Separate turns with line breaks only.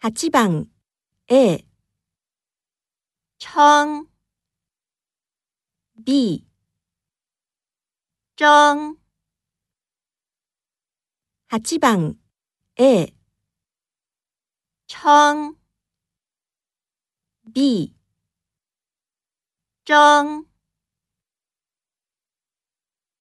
8방 A 청 B 정 8방 A 청 B 정